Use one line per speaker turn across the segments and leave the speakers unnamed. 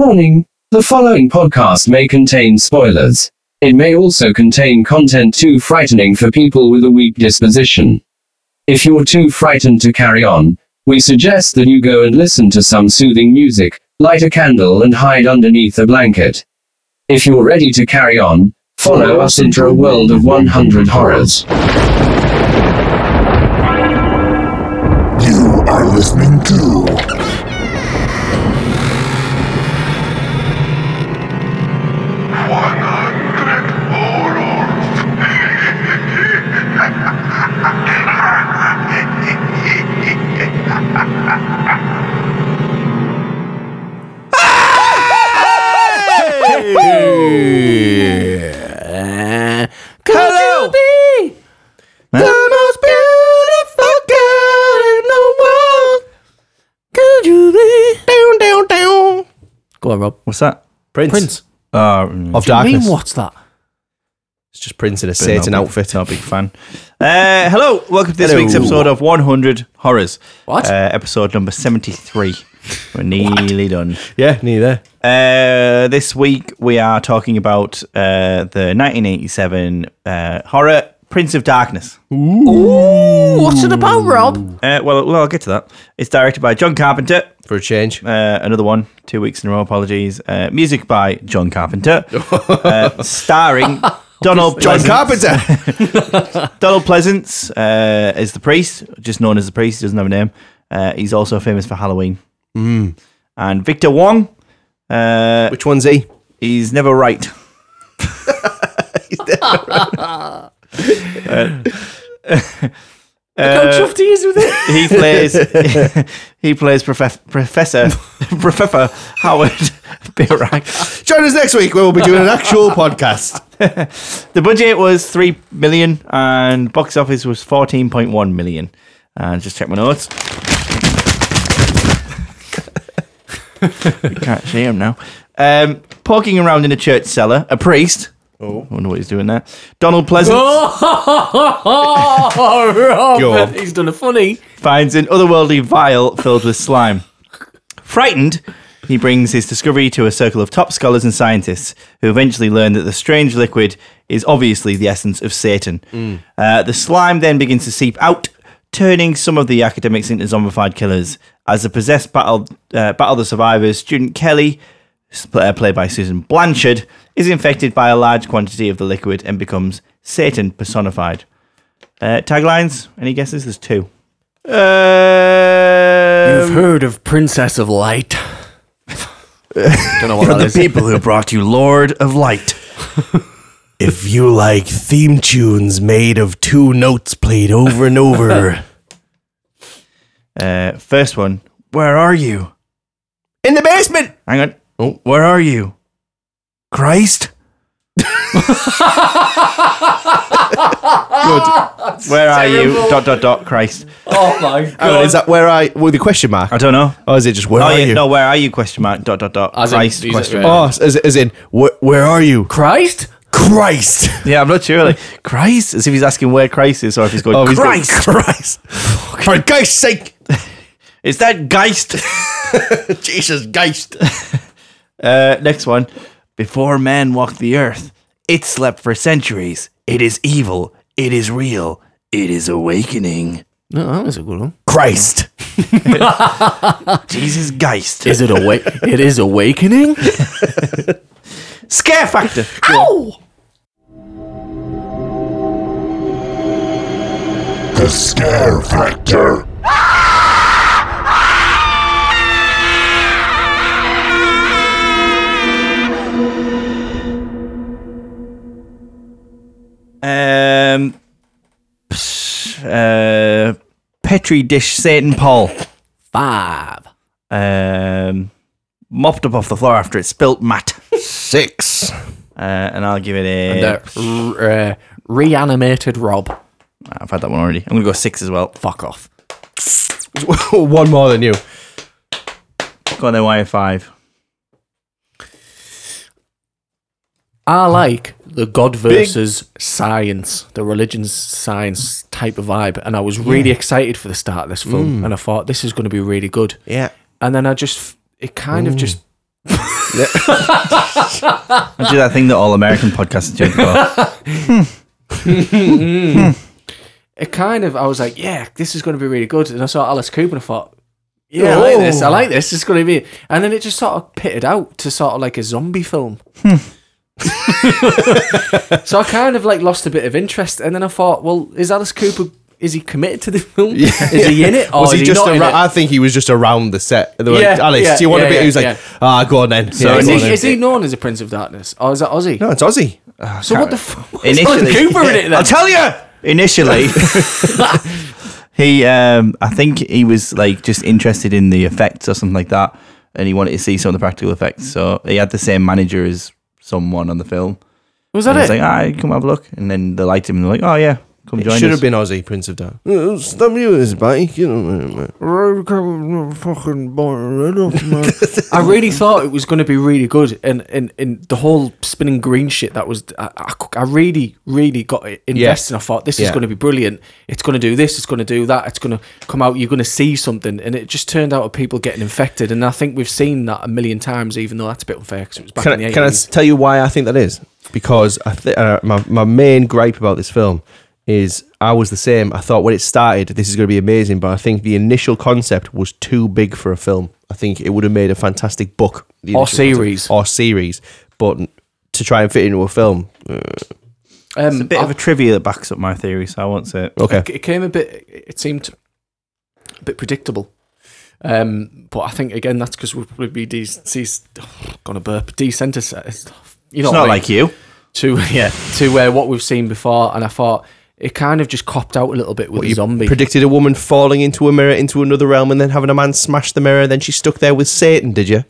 Warning The following podcast may contain spoilers. It may also contain content too frightening for people with a weak disposition. If you're too frightened to carry on, we suggest that you go and listen to some soothing music, light a candle, and hide underneath a blanket. If you're ready to carry on, follow us into a world of 100 horrors.
You are listening to
Could
Hello.
you be the most beautiful girl in the world? Could you be down, down, down? Go on, Rob.
What's that?
Prince.
Prince
Uh, mm,
of
I
Darkness.
mean, what's that?
It's just Prince in a
but
Satan
not-
outfit.
Not a big fan. Uh, hello, welcome to this
Hello.
week's episode of 100 Horrors.
What?
Uh, episode number 73. We're nearly done.
Yeah, near there.
Uh, this week we are talking about uh, the 1987 uh, horror Prince of Darkness.
Ooh, what's it about, Rob?
Uh, well, well, I'll get to that. It's directed by John Carpenter.
For a change.
Uh, another one, two weeks in a row. Apologies. Uh, music by John Carpenter, uh, starring Donald
John
Pleasance.
Carpenter.
Donald Pleasance uh, is the priest, just known as the priest. He doesn't have a name. Uh, he's also famous for Halloween.
Mm.
And Victor Wong, uh,
Which one's he?
he's never right.
Uh, uh,
Look how chuffed he is with it.
He plays he plays prof- Professor Professor Howard Birak.
Join us next week where we'll be doing an actual podcast.
The budget was three million, and box office was fourteen point one million. And just check my notes. I can't see him now. Um, poking around in a church cellar, a priest. Oh, I wonder what he's doing there. Donald Pleasant
Oh,
Go
Rob,
on.
he's done a funny.
finds an otherworldly vial filled with slime. Frightened, he brings his discovery to a circle of top scholars and scientists who eventually learn that the strange liquid is obviously the essence of Satan. Uh, the slime then begins to seep out, turning some of the academics into zombified killers. As the possessed battle, uh, battle the survivors, student Kelly, s- uh, played by Susan Blanchard, is infected by a large quantity of the liquid and becomes Satan personified. Uh, taglines? Any guesses? There's two.
um,
Uh,
You've heard of Princess of Light.
Don't know what that is.
people who brought you Lord of Light. if you like theme tunes made of two notes played over and over,
Uh, first one.
where are you? Oh,
In the basement.
Hang on.
Where are you? Christ?
Where are you? Dot dot dot. Christ.
Oh my
Hang on,
god.
is that where I with the question mark?
I don't know.
Or is it just where
Oh
are
yeah.
you?
No. Where are you? Question mark. Dot dot dot.
As in,
Christ.
he's
question
a-
mark.
Oh, as, as in where, where are you?
Christ?
Christ.
Yeah. I'm not sure. Like Christ. As if he's asking where Christ is, or if he's going.
Oh, he's going-
Christ.
Christ.
For Christ's sake,
Is that Geist?
Jesus Christ!
uh, next one. Before man walked the earth, it slept for centuries.
It is evil. It is real. It is awakening.
No, that was a good one.
Christ.
Jesus Geist.
Is it awake? it is awakening?
Scare factor.
the Scare Factor.
Um. psh, Uh. Petri dish Satan Paul.
Five.
um, mopped up off the floor after it spilt Matt.
Six.
Uh, and I'll give it a.
And, uh, r- uh, reanimated Rob.
I've had that one already. I'm going to go six as well.
Fuck off.
One more than you.
Go on then, wire five.
I like the God versus science, the religion science type of vibe, and I was really excited for the Mm. start of this film, and I thought this is going to be really good.
Yeah.
Mm. And then I just, it kind of just
I do that thing that all American podcasts do.
it kind of I was like, yeah, this is going to be really good. And I saw Alice Cooper and I thought, yeah, I like this. I
Oh.
like this. It's going to be. And then it just sort of pitted out to sort of like a zombie film.
Hmm.
so I kind of like lost a bit of interest. And then I thought, well, is Alice Cooper? Is he committed to the film? Is he in it? Or
was he
is he
just?
not in
Ar-
it?
I think he was just around the set. They were like,
Yeah,
Alex,
yeah,
do you want
yeah,
a bit?
yeah,
he was like,
yeah.
ah, go on then. So
Is
go on
he,
then.
is he known as the Prince of Darkness, or is that Ozzy?
No, it's Ozzy.
so what the fuck? Is Alice
Initially-
Cooper in it then?
I'll tell you. Initially, he, um, I think he was like just interested in the effects or something like that, and he wanted to see some of the practical effects. So he had the same manager as someone on the film.
was that
And
it?
he's like, "All right, come have a look," and then they liked him, and they're like, "Oh yeah, come
It
join
should
us."
have been Ozzy, Prince of Dark.
Stop you this bike, you know.
I really thought it was going to be really good, and, and, and the whole spinning green shit that was, I, I, c- I really, really got it invested. I thought this is
Yeah.
going to be brilliant. It's going to do this. It's going to do that. It's going to come out. You're going to see something, and it just turned out of people getting infected. And I think we've seen that a million times, even though that's a bit unfair because it was back in
Can
the
I,
80s.
can I s- tell you why I think that is? Because I th- uh, my, my main gripe about this film is I was the same. I thought when it started, this is going to be amazing, but I think the initial concept was too big for a film. I think it would have made a fantastic book the initial
Or
concept-
series.
or series, but n- to try and fit into a film, uh,
um,
It's a bit
I-
of a trivia that backs up my theory, so I won't say it.
okay,
it came a bit it seemed a bit predictable um but i think again that's because we'll probably be de- de- gonna burp desensitized you know
It's
what
not
I mean?
like you.
to yeah to uh, what we've seen before and i thought it kind of just copped out a little bit with the
you
zombie
predicted a woman falling into a mirror into another realm and then having a man smash the mirror, and then she's stuck there with Satan. Did you?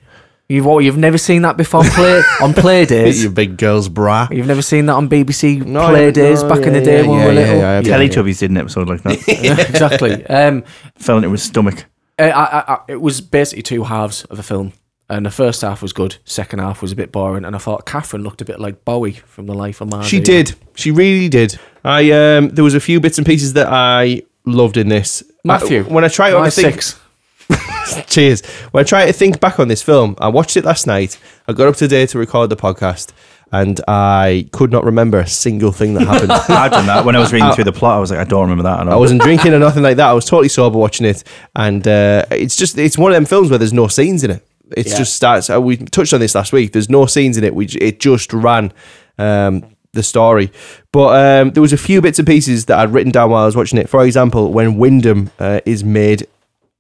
you've, what, you've never seen that before on play on play days
You big girl's bra.
You've never seen that on BBC
No, I
Play
haven't.
Days
No,
back in the
yeah,
day
yeah,
when we were
yeah,
little.
yeah, yeah,
Teletubbies did an episode like that.
exactly. Um,
Fell into his stomach.
I, I, I, it was basically two halves of a film, and the first half was good. Second half was a bit boring, and I thought Catherine looked a bit like Bowie from The Life of Marvin.
She did. She really did. I um there was a few bits and pieces that I loved in this.
Matthew,
I- when I try
my
to think,
six.
cheers. When I try to think back on this film, I watched it last night. I got up today to record the podcast, and I could not remember a single thing that happened.
I've done that. When I was reading through the plot, I was like, I don't remember that at all.
Uh, I wasn't drinking or nothing like that. I was totally sober watching it, and uh, it's just it's one of them films where there's no scenes in it. It just starts. uh, We touched on this last week. There's no scenes in it. We j- it just ran um, the story, but um, there was a few bits and pieces that I'd written down while I was watching it. For example, when Wyndham uh, is made,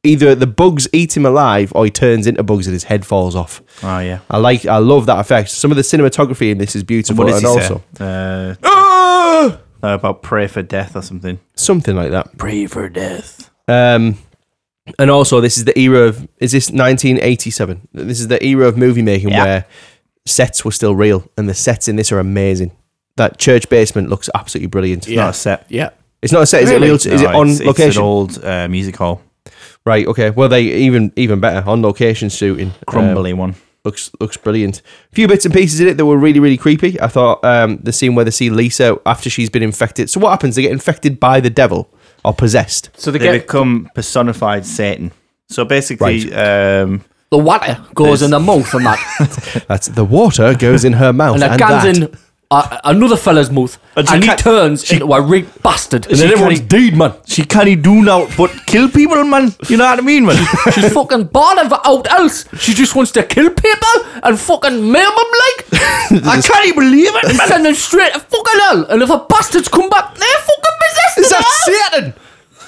either the bugs eat him alive or he turns into bugs and his head falls off.
Oh, yeah.
I like. I love that effect. Some of the cinematography in this is beautiful,
What does
and
he
also
say? Uh, no, about pray for death or something.
something like that.
Pray for death.
Um, and also, this is the era of is this 1987? This is the era of movie making
Yeah.
where sets were still real, and the sets in this are amazing. That church basement looks absolutely brilliant.
Not a set.
Yeah.
It's not a set. Is
Really?
it real? Is it
No,
on
it's,
location?
It's an old uh, music hall,
right. Okay. Well, they even even better on location shooting. Um,
crumbly one.
looks looks brilliant. A few bits and pieces in it that were really really creepy. I thought um, the scene where they see Lisa after she's been infected. So what happens? They get infected by the devil or possessed.
So they,
They
get
become personified Satan. So basically, um,
the water goes in the mouth and that,
That's the water goes in her mouth.
and
and,
it goes
that.
in uh, another fella's mouth, and,
And she
he
can't-
turns into a rig bastard. And then everyone's
dead, man. She can't do now but kill people, man. You know what I mean, man?
She's fucking bored of out else. She just wants to kill people and fucking maim them like. I can't even believe it. And send them straight to fucking hell. And if a bastard's come back, they're fucking possessed.
Is
of
that
hell.
Satan?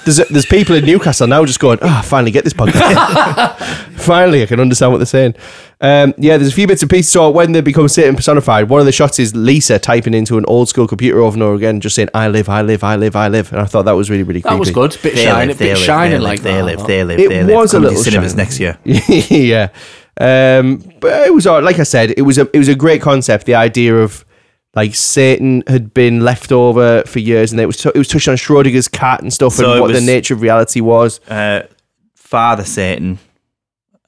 There's, there's people in Newcastle now just going, ah, finally get this podcast. finally, I can understand what they're saying. Um, yeah, there's a few bits and pieces. So when they become Satan personified, one of the shots is Lisa typing into an old school computer over and over again, just saying, I live, I live, I live, I live. And I thought that was really, really creepy.
That was good. Bit shining, bit shining like
they
that.
live, they live,
It
they live.
was a
Coming to
little
cinemas
shining.
next year.
yeah. Um, but it was all right. like I said, it was a it was a great concept. The idea of like Satan had been left over for years, and it was it was touched on Schrodinger's cat and stuff,
So
and
it
what
was-
the nature of reality was.
uh, father Satan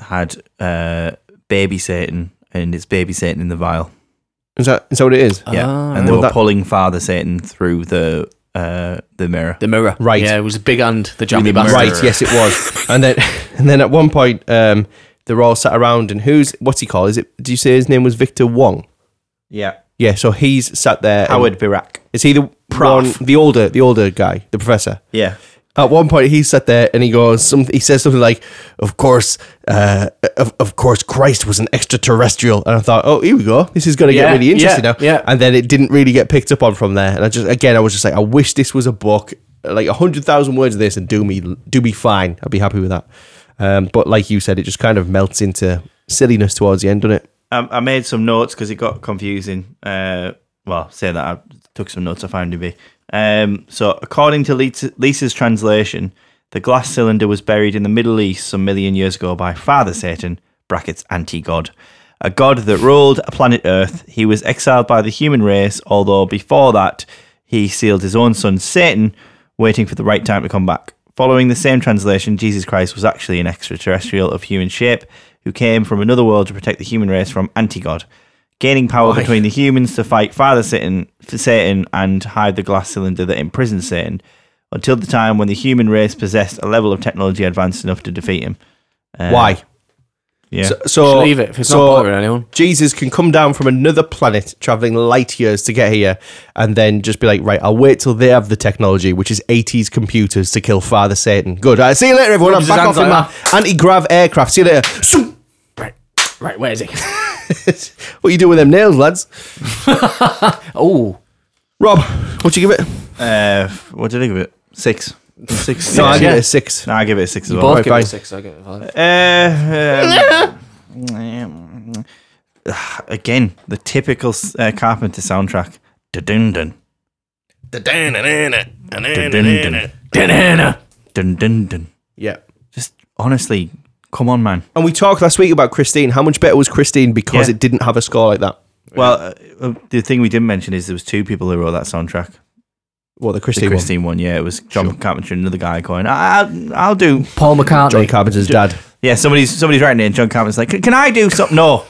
had uh, baby Satan, and it's baby Satan in the vial.
Is that is that what it is?
Yeah,
Ah.
and they
Well,
were
that-
pulling father Satan through the uh, the mirror.
The mirror.
Right.
Yeah, it was a big hand, the jammy
Really
bastard.
Right, yes, it was. and then and then at one point, um, They're all sat around, and who's what's he called? Is it? Do you say his name was Victor Wong?
Yeah.
Yeah, so he's sat there. and-
Howard Birak.
Is he the
Prof.
one- the older, the older guy, the professor?
Yeah.
At one point, he sat there and he goes, some, he says something like, "Of course, uh, of, of course, Christ was an extraterrestrial." And I thought, "Oh, here we go. This is going to
Yeah,
get really interesting
yeah,
now."
yeah.
And then it didn't really get picked up on from there. And I just, again, I was just like, "I wish this was a book, like a hundred thousand words of this, and do me, do me fine. I'd be happy with that." Um, but like you said, it just kind of melts into silliness towards the end, doesn't it?
I, I made some notes because it got confusing. Uh, well, saying that, I took some notes off IMDb. Um, so, according to Lisa, Lisa's translation, the glass cylinder was buried in the Middle East some million years ago by Father Satan, brackets anti God, a god that ruled planet Earth. He was exiled by the human race, although before that, he sealed his own son, Satan, waiting for the right time to come back. Following the same translation, Jesus Christ was actually an extraterrestrial of human shape who came from another world to protect the human race from anti God, gaining power between the humans to fight Father Satan, for Satan and hide the glass cylinder that imprisoned Satan until the time when the human race possessed a level of technology advanced enough to defeat him. Uh,
Why?
Yeah.
So
Just leave it if it's not bothering anyone.
Jesus can come down from another planet, traveling light years to get here, and then just be like, right, I'll wait till they have the technology, which is 80s computers to kill Father Satan. Good. All right, see you later, everyone. I'm
his
back
hands
off in
like
my anti-grav aircraft. See you later. Swoop.
Right, where is it?
what you do with them nails, lads?
oh,
Rob, what you give it?
uh, what did I give it? Six. Six.
No, I give
yeah.
it a six.
No, I give it a six as well.
both
right,
give it
fine.
a six. I give it a
Uh,
five.
um, again, the typical uh, Carpenter soundtrack. Dun dun dun dun dun dun.
Yeah.
Just honestly, come on, man.
And we talked last week about Christine. How much better was Christine because
Yeah.
it didn't have a score like that?
Well, uh, uh, the thing we didn't mention is there was two people who wrote that soundtrack.
Well, the
The
Christine, one.
Christine one, yeah, it was John Carpenter and another guy going, I, I'll, I'll do.
Paul McCartney.
Johnny Carpenter's dad.
Yeah, somebody's somebody's writing it, and John Carpenter's like, "Can- "Can I do something?" No,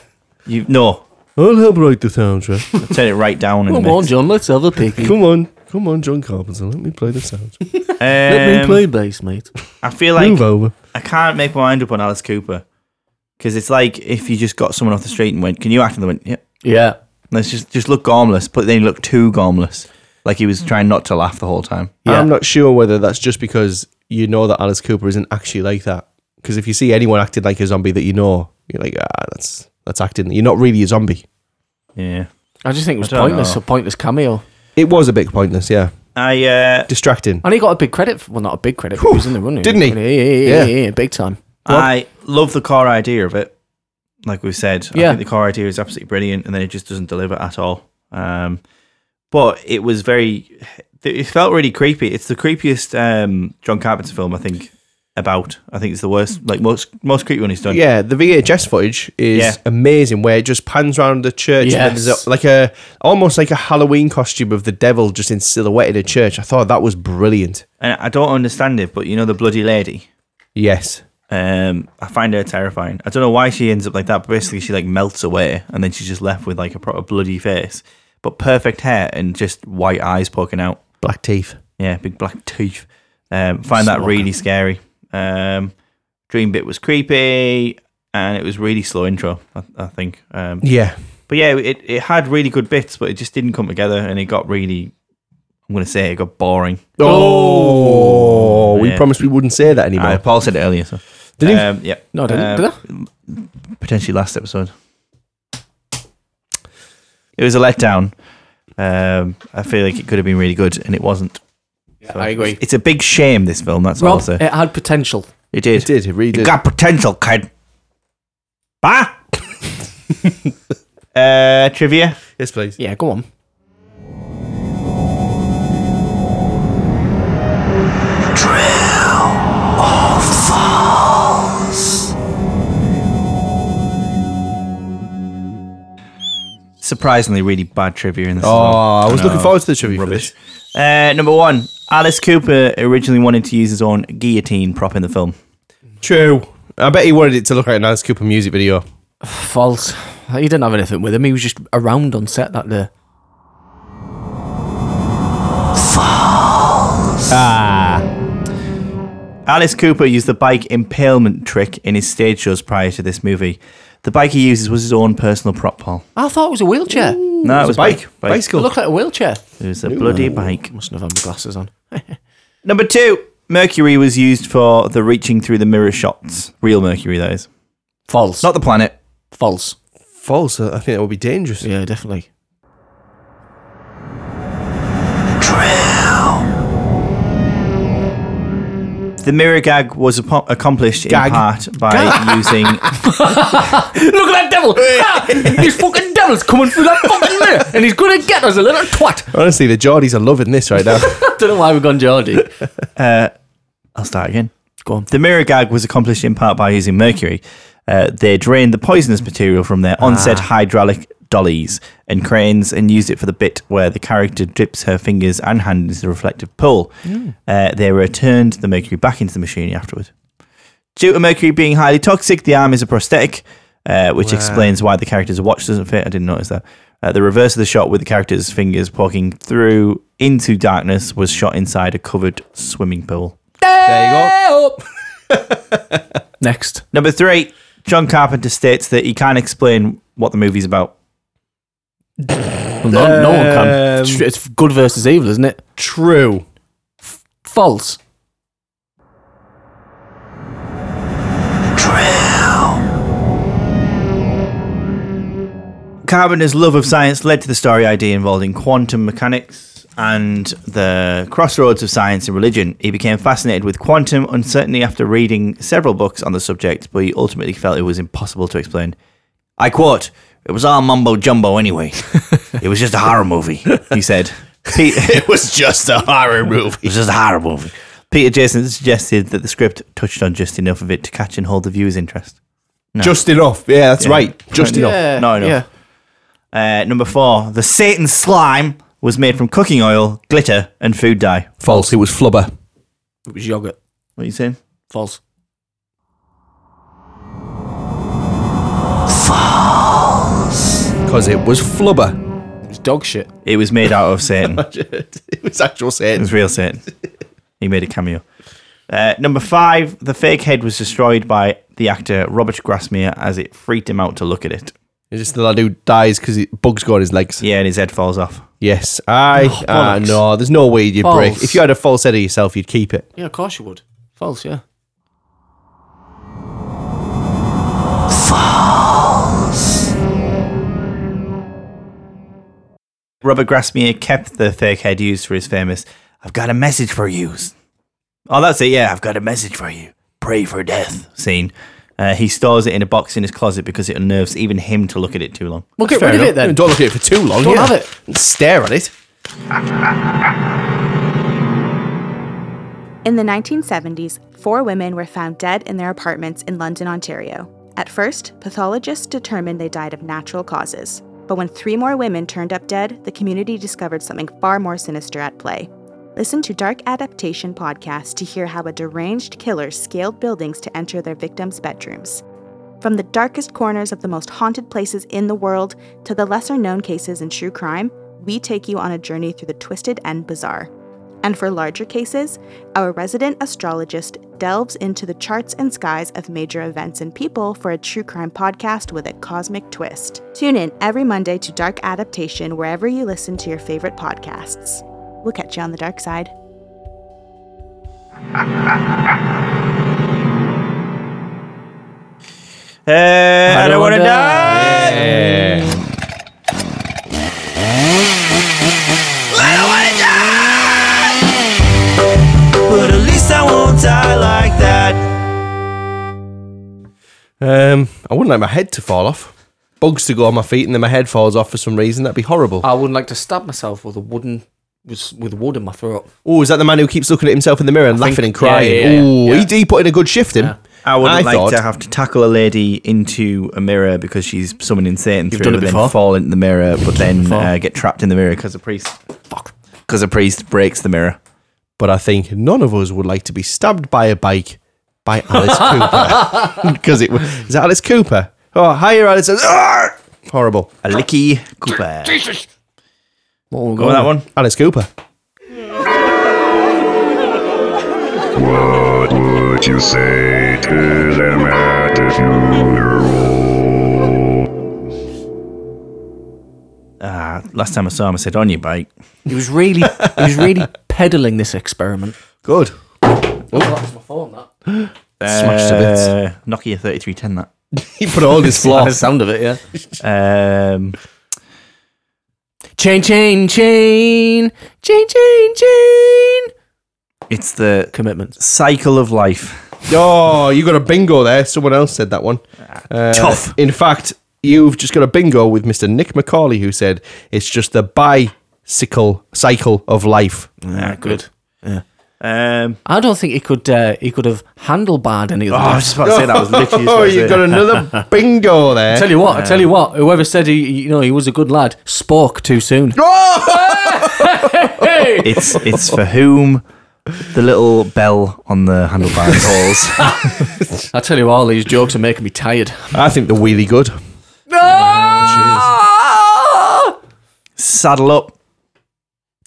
you no.
I'll help write the soundtrack.
Turn it right down. and
Come on, John. Let's have a piggy.
Come on, come on, John Carpenter. Let me play the soundtrack.
Let me play bass, mate.
Um, I feel like
over.
I can't make my mind up on Alice Cooper because it's like if you just got someone off the street and went, "Can you act?" and they went, "Yep."
Yeah.
Let's just just look gormless, but then look too gormless, like he was trying not to laugh the whole time.
Yeah.
I'm not sure whether that's just because you know that Alice Cooper isn't actually like that. Because if you see anyone acting like a zombie that you know, you're like, ah, that's that's acting. You're not really a zombie.
Yeah,
I just think it was
don't
pointless.
know.
A pointless cameo.
It was a bit pointless, yeah,
I uh,
distracting.
And he got a big credit. For, well, not a big credit. but he was in the running,
didn't he?
Yeah, yeah, yeah, yeah,
Yeah.
yeah, big time.
I love the core idea of it. Like we said, I
Yeah.
think the core idea is absolutely brilliant, and then it just doesn't deliver at all. Um, but it was very, it felt really creepy. It's the creepiest um, John Carpenter film I think about. I think it's the worst, like most most creepy one he's done.
Yeah, the VHS footage is
Yeah.
amazing, where it just pans around the church. And then there's
Yes.
a, like a almost like a Halloween costume of the devil just in silhouette in a church. I thought that was brilliant.
and I don't understand it, but you know the bloody lady.
Yes,
Um, I find her terrifying. I don't know why she ends up like that. But basically, she like melts away, and then she's just left with like a proper bloody face, but perfect hair and just white eyes poking out.
black teeth.
Yeah, big black teeth. Um, find that really scary. Um, dream bit was creepy, and it was really slow intro. I, I think. Um,
Yeah,
but yeah, it it had really good bits, but it just didn't come together, and it got really. I'm gonna say it got boring.
Oh, we
Yeah.
promised we wouldn't say that anymore.
Uh, Paul said it earlier, so
Did he?
um, yeah,
No, I didn't.
Um,
did I?
potentially last episode. It was a letdown. Um, I feel like it could have been really good, and it wasn't.
I agree.
It's a big shame. This film. That's all I'll
Rob,
say.
it had potential.
It did.
it did. It really
You
did.
got potential, kid. Bah. uh, trivia.
Yes, please.
Yeah, go on.
Surprisingly, really bad trivia in this. as
Oh,
well.
I was
No,
looking forward to the trivia for this.
Uh, number one, Alice Cooper originally wanted to use his own guillotine prop in the film.
True. I bet he wanted it to look like an Alice Cooper music video.
False. He didn't have anything with him. He was just around on set that day.
Alice Cooper used the bike impalement trick in his stage shows prior to this movie. The bike he uses was his own personal prop, Paul.
I thought it was a wheelchair.
No, it was a bike. bike.
It looked like a wheelchair.
It was a bloody bike.
Mustn't have had my glasses on.
Number two, Mercury was used for the reaching through the mirror shots. Real Mercury, that is.
False.
Not the planet.
false.
False. I think that would be dangerous.
Yeah, definitely.
The mirror gag was apo- accomplished in part by using.
Look at that devil! Ah! These fucking devil's coming through that fucking mirror, and he's gonna get us a little twat.
Honestly, the Geordies are loving this right now.
I don't know why we've gone Geordie.
I'll start again. Go on. The mirror gag was accomplished in part by using Mercury. Uh, they drained the poisonous material from their onset hydraulic dollies and cranes and used it for the bit where the character dips her fingers and hand into the reflective pool. Uh, they returned the mercury back into the machine afterward. Due to mercury being highly toxic, the arm is a prosthetic, uh, which explains why the character's watch doesn't fit. I didn't notice that. Uh, the reverse of the shot with the character's fingers poking through into darkness was shot inside a covered swimming pool.
there you go.
Next.
Number three, John Carpenter states that he can't explain what the movie's about.
Well, no, no one can. It's, it's good versus evil, isn't it?
True.
False.
Carpenter's love of science led to the story idea involving quantum mechanics and the crossroads of science and religion. He became fascinated with quantum uncertainty after reading several books on the subject, but he ultimately felt it was impossible to explain. I quote, it was all mumbo jumbo anyway. it was just a horror movie, he said. Pete,
It was just a horror movie.
It was just a horror movie. Peter Jason suggested that the script touched on just enough of it to catch and hold the viewer's interest.
Just enough. Yeah, that's right. Just enough.
Yeah,
No, no.
yeah.
Uh, number four, the Satan slime was made from cooking oil, glitter, and food dye.
False. It was flubber.
It was yogurt.
What are you saying?
False.
Because it was flubber.
It was dog shit.
It was made out of Satan. it
it was actual Satan.
was real Satan. He made a cameo. Uh, number five, the fake head was destroyed by the actor Robert Grasmere as it freaked him out to look at it.
It's just the lad who dies because bugs go on his legs.
Yeah, and his head falls off.
Yes. I. ah,
Oh, bollocks.
no, there's no way you'd break.
False.
If you had a false head of yourself, you'd keep it.
Yeah, of course you would. False, yeah.
Robert Grasmere kept the fake head used for his famous I've got a message for you. Oh, that's it. Yeah, I've got a message for you. Pray for death scene. Uh, he stores it in a box in his closet because it unnerves even him to look at it too long.
Well, get rid of it then.
Don't look at it for too long.
Don't
yeah.
have it.
And stare at it.
In the 1970s, four women were found dead in their apartments in London, Ontario. At first, pathologists determined they died of natural causes. But when three more women turned up dead, the community discovered something far more sinister at play. Listen to Dark Adaptation podcast to hear how a deranged killer scaled buildings to enter their victims' bedrooms. From the darkest corners of the most haunted places in the world to the lesser known cases in true crime, we take you on a journey through the twisted and bizarre. And for larger cases, our resident astrologist delves into the charts and skies of major events and people for a true crime podcast with a cosmic twist. Tune in every Monday to Dark Adaptation wherever you listen to your favorite podcasts. We'll catch you on the dark side.
Uh, I, don't want to
wanna
die. But at least I won't die like that.
Um, I wouldn't like my head to fall off. Bugs to go on my feet and then my head falls off for some reason. That'd be horrible.
I wouldn't like to stab myself with a wooden with, with wood in my throat.
oh, is that the man who keeps looking at himself in the mirror and laughing and crying?
yeah, yeah,
oh,
yeah.
He, he put in a good shift in.
I would
I
like
thought-
to have to tackle a lady into a mirror because she's summoning Satan through
done it
and
before.
then fall into the mirror, but then uh, get trapped in the mirror because a priest. Fuck. Because a priest breaks the mirror.
But I think none of us would like to be stabbed by a bike by Alice Cooper. Because it was. Is that Alice Cooper? Oh, hiya, Alice. Arr! Horrible.
A licky Cooper.
What were we
Go with that one.
Alice Cooper.
what you say to them at the funeral.
Ah, last time I saw him, I said, on your bike.
He was really, he was really peddling this experiment.
Good.
Oh, that's my phone. That.
Smashed to bits.
Uh, Nokia 3310, that.
He put all his flaw.
the sound of it, yeah.
Um,
Chain, chain, chain, chain, chain, chain.
it's the
Commitments.
cycle of life.
Oh, you got a bingo there. Someone else said that one. Uh,
Tough.
In fact, you've just got a bingo with Mr. Nick McCauley, who said it's just the bicycle cycle of life.
Yeah, good.
Um,
I don't think he could. Uh, he could have handlebarred any of
oh, I was just
those.
about to say that. I was literally just about
Oh,
to
you
say
got
that.
another bingo there.
I tell you what. I tell you what. Whoever said he, he- you know, he was a good lad, spoke too soon. Hey!
It's, it's for whom the little bell on the handlebar calls.
I tell you, all these jokes are making me tired.
I think the wheelie good.
Saddle up.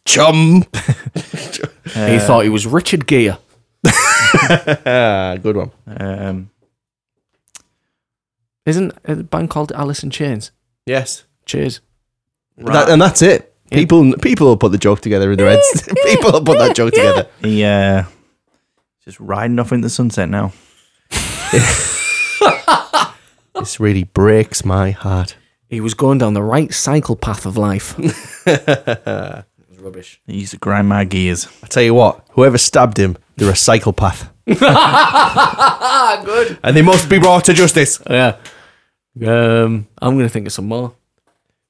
Chum.
he thought he was Richard Gere.
Ah, good one.
Um,
Isn't a band called Alice in Chains?
Yes.
Cheers.
That, and that's it. People, people will put the joke together in their heads. people will put that joke together.
he, uh, just riding off into the sunset now.
This really breaks my heart.
He was going down the right cycle path of life. rubbish.
He used to grind my gears.
I tell you what, whoever stabbed him, they're a psychopath. Good. And they must be brought to justice.
Yeah. Um, I'm gonna think of some more.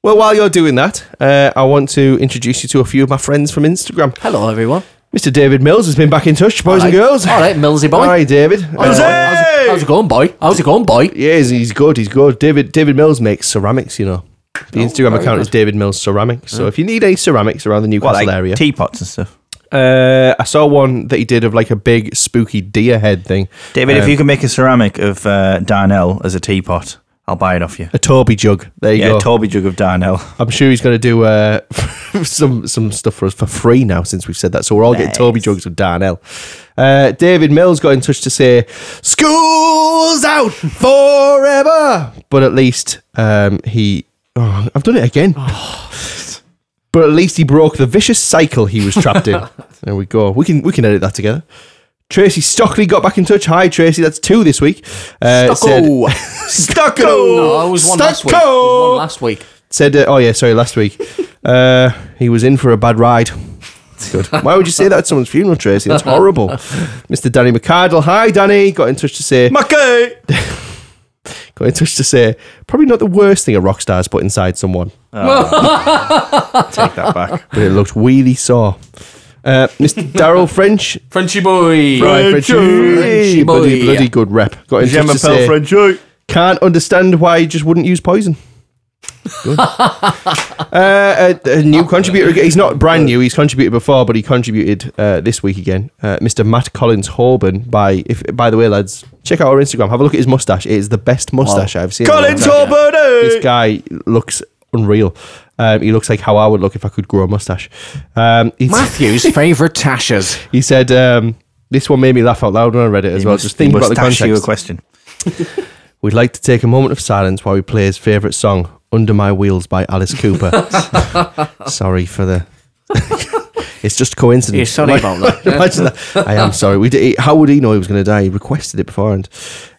Well, while you're doing that, uh, I want to introduce you to a few of my friends from Instagram.
Hello, everyone.
Mr. David Mills has been back in touch, boys and
All right.
girls.
All right, Millsy boy.
Hi, David.
How's, it-
Uh,
how's it- how's it going, boy? How's it going, boy?
yeah, he's, he's good. He's good. David David Mills makes ceramics. You know,
Oh,
the Instagram account is David Mills Ceramics.
Mm.
So if you need any ceramics around the Newcastle
What, like
area,
teapots and stuff.
uh, I saw one that he did of like a big spooky deer head thing.
David, if you can make a ceramic of uh, Darnell as a teapot, I'll buy it off you.
A Torby jug. There you
Yeah,
go.
a Torby jug of Darnell.
I'm sure he's going to do uh, some some stuff for us for free now since we've said that. So we're all getting Toby jugs with Darnell. Uh, David Mills got in touch to say school's out forever, but at least um, he. Oh, I've done it again.
Oh,
but at least he broke the vicious cycle he was trapped in. there we go. We can we can edit that together. Tracy Stockley got back in touch. Hi, Tracy. That's two this week. Uh,
Stucco.
Said, Stucco.
No, it was one last week. It
Stucco!
was one last week.
Said, uh, oh yeah, sorry, last week. Uh, he was in for a bad ride. It's good. Why would you say that at someone's funeral, Tracy? That's horrible. Mr. Danny McCardle. Hi, Danny. Got in touch to say,
Okay.
got in touch to say, probably not the worst thing a rock star's put inside someone,
Take that back.
but it looked really sore. Uh, Mr. Daryl French.
Frenchy boy.
Right, French. Hey,
boy.
Bloody, bloody good rep. Got in touch to say, Can't understand why you just wouldn't use poison. Good. uh, a, a new contributor. He's not brand new. He's contributed before, but he contributed uh, this week again. Uh, Mr. Matt Collins Horban. By if by the way, lads, check out our Instagram. Have a look at his mustache. It is the best mustache I've seen. in a long
Collins
time.
Horburn.
This guy looks unreal. Um, he looks like how I would look if I could grow a mustache. Um, he's-
Matthew's favourite Tasha's.
he said um, this one made me laugh out loud when I read it as well. Just think about the
ask you a
context.
question.
We'd like to take a moment of silence while we play his favourite song, Under My Wheels by Alice Cooper. sorry for the. it's just coincidence.
Yeah, sorry about that.
Imagine that. I am sorry. We did, how would he know he was going to die? He requested it beforehand.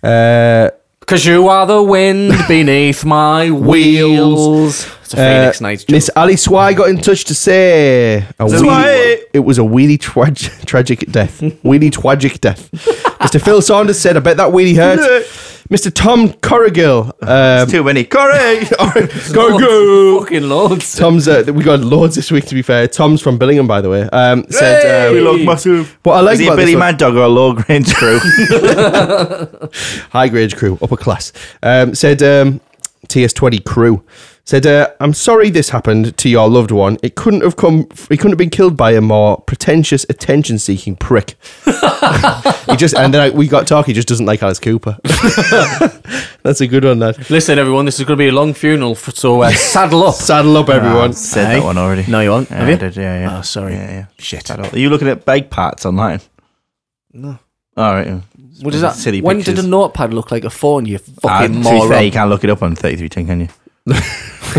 Uh,
Cause you are the wind beneath my
Wheels.
wheels. It's a
uh,
Phoenix Nights joke.
Miss Ali Swai got in touch to say a
Swai.
wheelie- it was a wheelie twag- tragic death. wheelie tragic death. Mr. Phil Saunders said, I bet that wheelie hurt. Mr. Tom Corrigill. Um,
Too many. Correct.
go, go.
Fucking loads.
Tom's uh, we got loads this week. To be fair, Tom's from Billingham, by the way. Um, said
uh, we
um,
look massive.
what I like
Is he
about
a Billy
this one-
Mad Dog or a low range crew?
high grade crew, upper class. Um, said um, TS20 crew said, uh, "I'm sorry this happened to your loved one. It couldn't have come. He couldn't have been killed by a more pretentious, attention seeking prick. he just and then I, we got talk. He just doesn't like Alice Cooper. That's a good one. That
Listen, everyone, this is going to be a long funeral, f- so uh, saddle up.
saddle up, everyone.
Said
Hey.
that one already.
No, you aren't.
Yeah,
Have
I
you?
did, yeah, yeah.
Oh, sorry.
Yeah, yeah.
Shit.
Are you looking at bag parts online? No. All right. yeah.
What is that?
Silly
when
pictures.
did a notepad look like a phone? You
Uh, to be
fucking
fair, you
moron.
can't look it up on 3310, can you?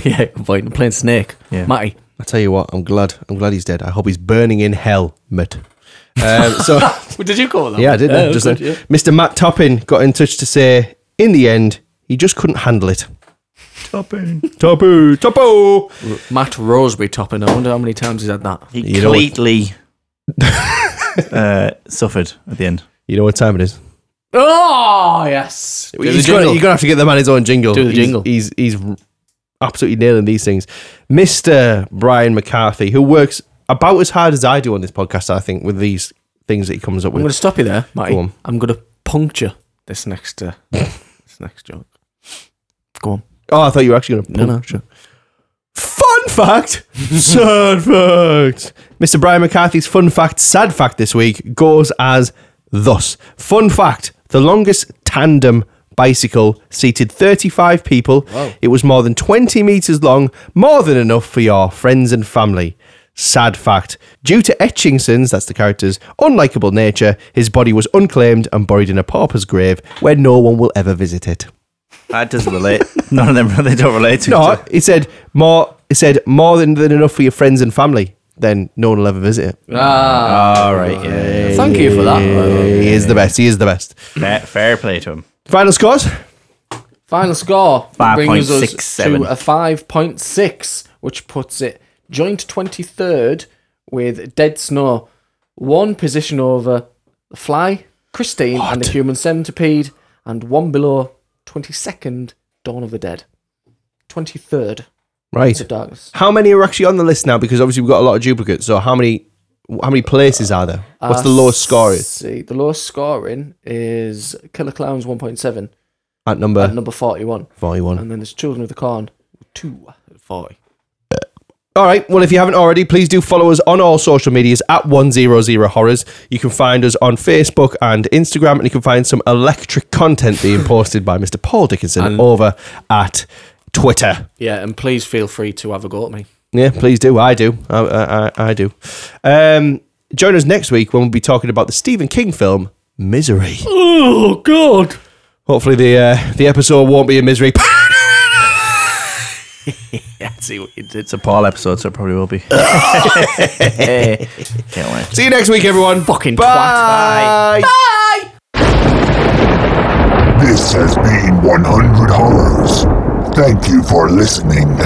yeah, avoid I'm playing Snake.
Yeah.
Matty.
I tell you what, I'm glad. I'm glad he's dead. I hope he's burning in hell, mate. Um, so
Did you call that?
yeah, I did.
it
know.
was
just
Oh, good,
then. Mr. Matt Toppin got in touch to say, in the end, he just couldn't handle it. Toppin, Topo, Topo.
yeah. Matt Roseberry topping. I wonder how many times he's had that.
He
You know what-
completely uh, suffered at the end.
You know what time it is?
Oh, yes. Do
He's
the
gonna-
jingle.
you're gonna have to get the man his own jingle.
Do the
He's-
jingle.
He's he's absolutely nailing these things. Mr. Brian McCarthy, who works about as hard as I do on this podcast, I think, with these things that he comes up
I'm
with.
going to stop you there, Matty.
Go on.
I'm going to puncture this next uh, this next joke. Go on.
Oh, I thought you were actually going to.
No, no, sure.
Fun fact, sad fact. Mr. Brian McCarthy's fun fact, sad fact this week goes as thus. Fun fact: the longest tandem bicycle seated 35 people. It was more than 20 meters long, more than enough for your friends and family. Sad fact: due to Etchingson's, that's the character's unlikable nature, his body was unclaimed and buried in a pauper's grave where no one will ever visit it.
That doesn't relate. None of them they don't relate to each
No,
other.
it said more. It said more than, than enough for your friends and family. Then no one will ever visit it.
Ah,
All right, yeah.
thank you for that.
He is the best. He is the best.
Fair, fair play to him.
Final scores.
Final score brings us
5.67.
to a 5.6, which puts it joint 23rd with Dead Snow, one position over The Fly, Christine, and The Human Centipede, and one below 22nd, Dawn of the Dead. 23rd,
Right.
of Darkness.
How many are actually on the list now? Because obviously we've got a lot of duplicates. So how many? How many places are there? What's the
Uh,
lowest score
Ah, Let's
is
See, the lowest scoring is Killer Clowns 1.7
at number
at number 41.
forty-one?
And then there's Children of the Corn, 2 at 40.
All right. Well, if you haven't already, please do follow us on all social medias at 100 Horrors. You can find us on Facebook and Instagram, and you can find some electric content being posted by Mr. Paul Dickinson over at Twitter.
Yeah, and please feel free to have a go at me.
Yeah, please do. I do. I, I, I- I do. Um, join us next week when we'll be talking about the Stephen King film Misery.
Oh God!
Hopefully, the uh, the episode won't be a misery.
Yeah, see what you did.
It's a Paul episode, so it probably will be. Can't wait.
See you next week, everyone.
Fucking
Bye.
This has been 100 Horrors. Thank you for listening.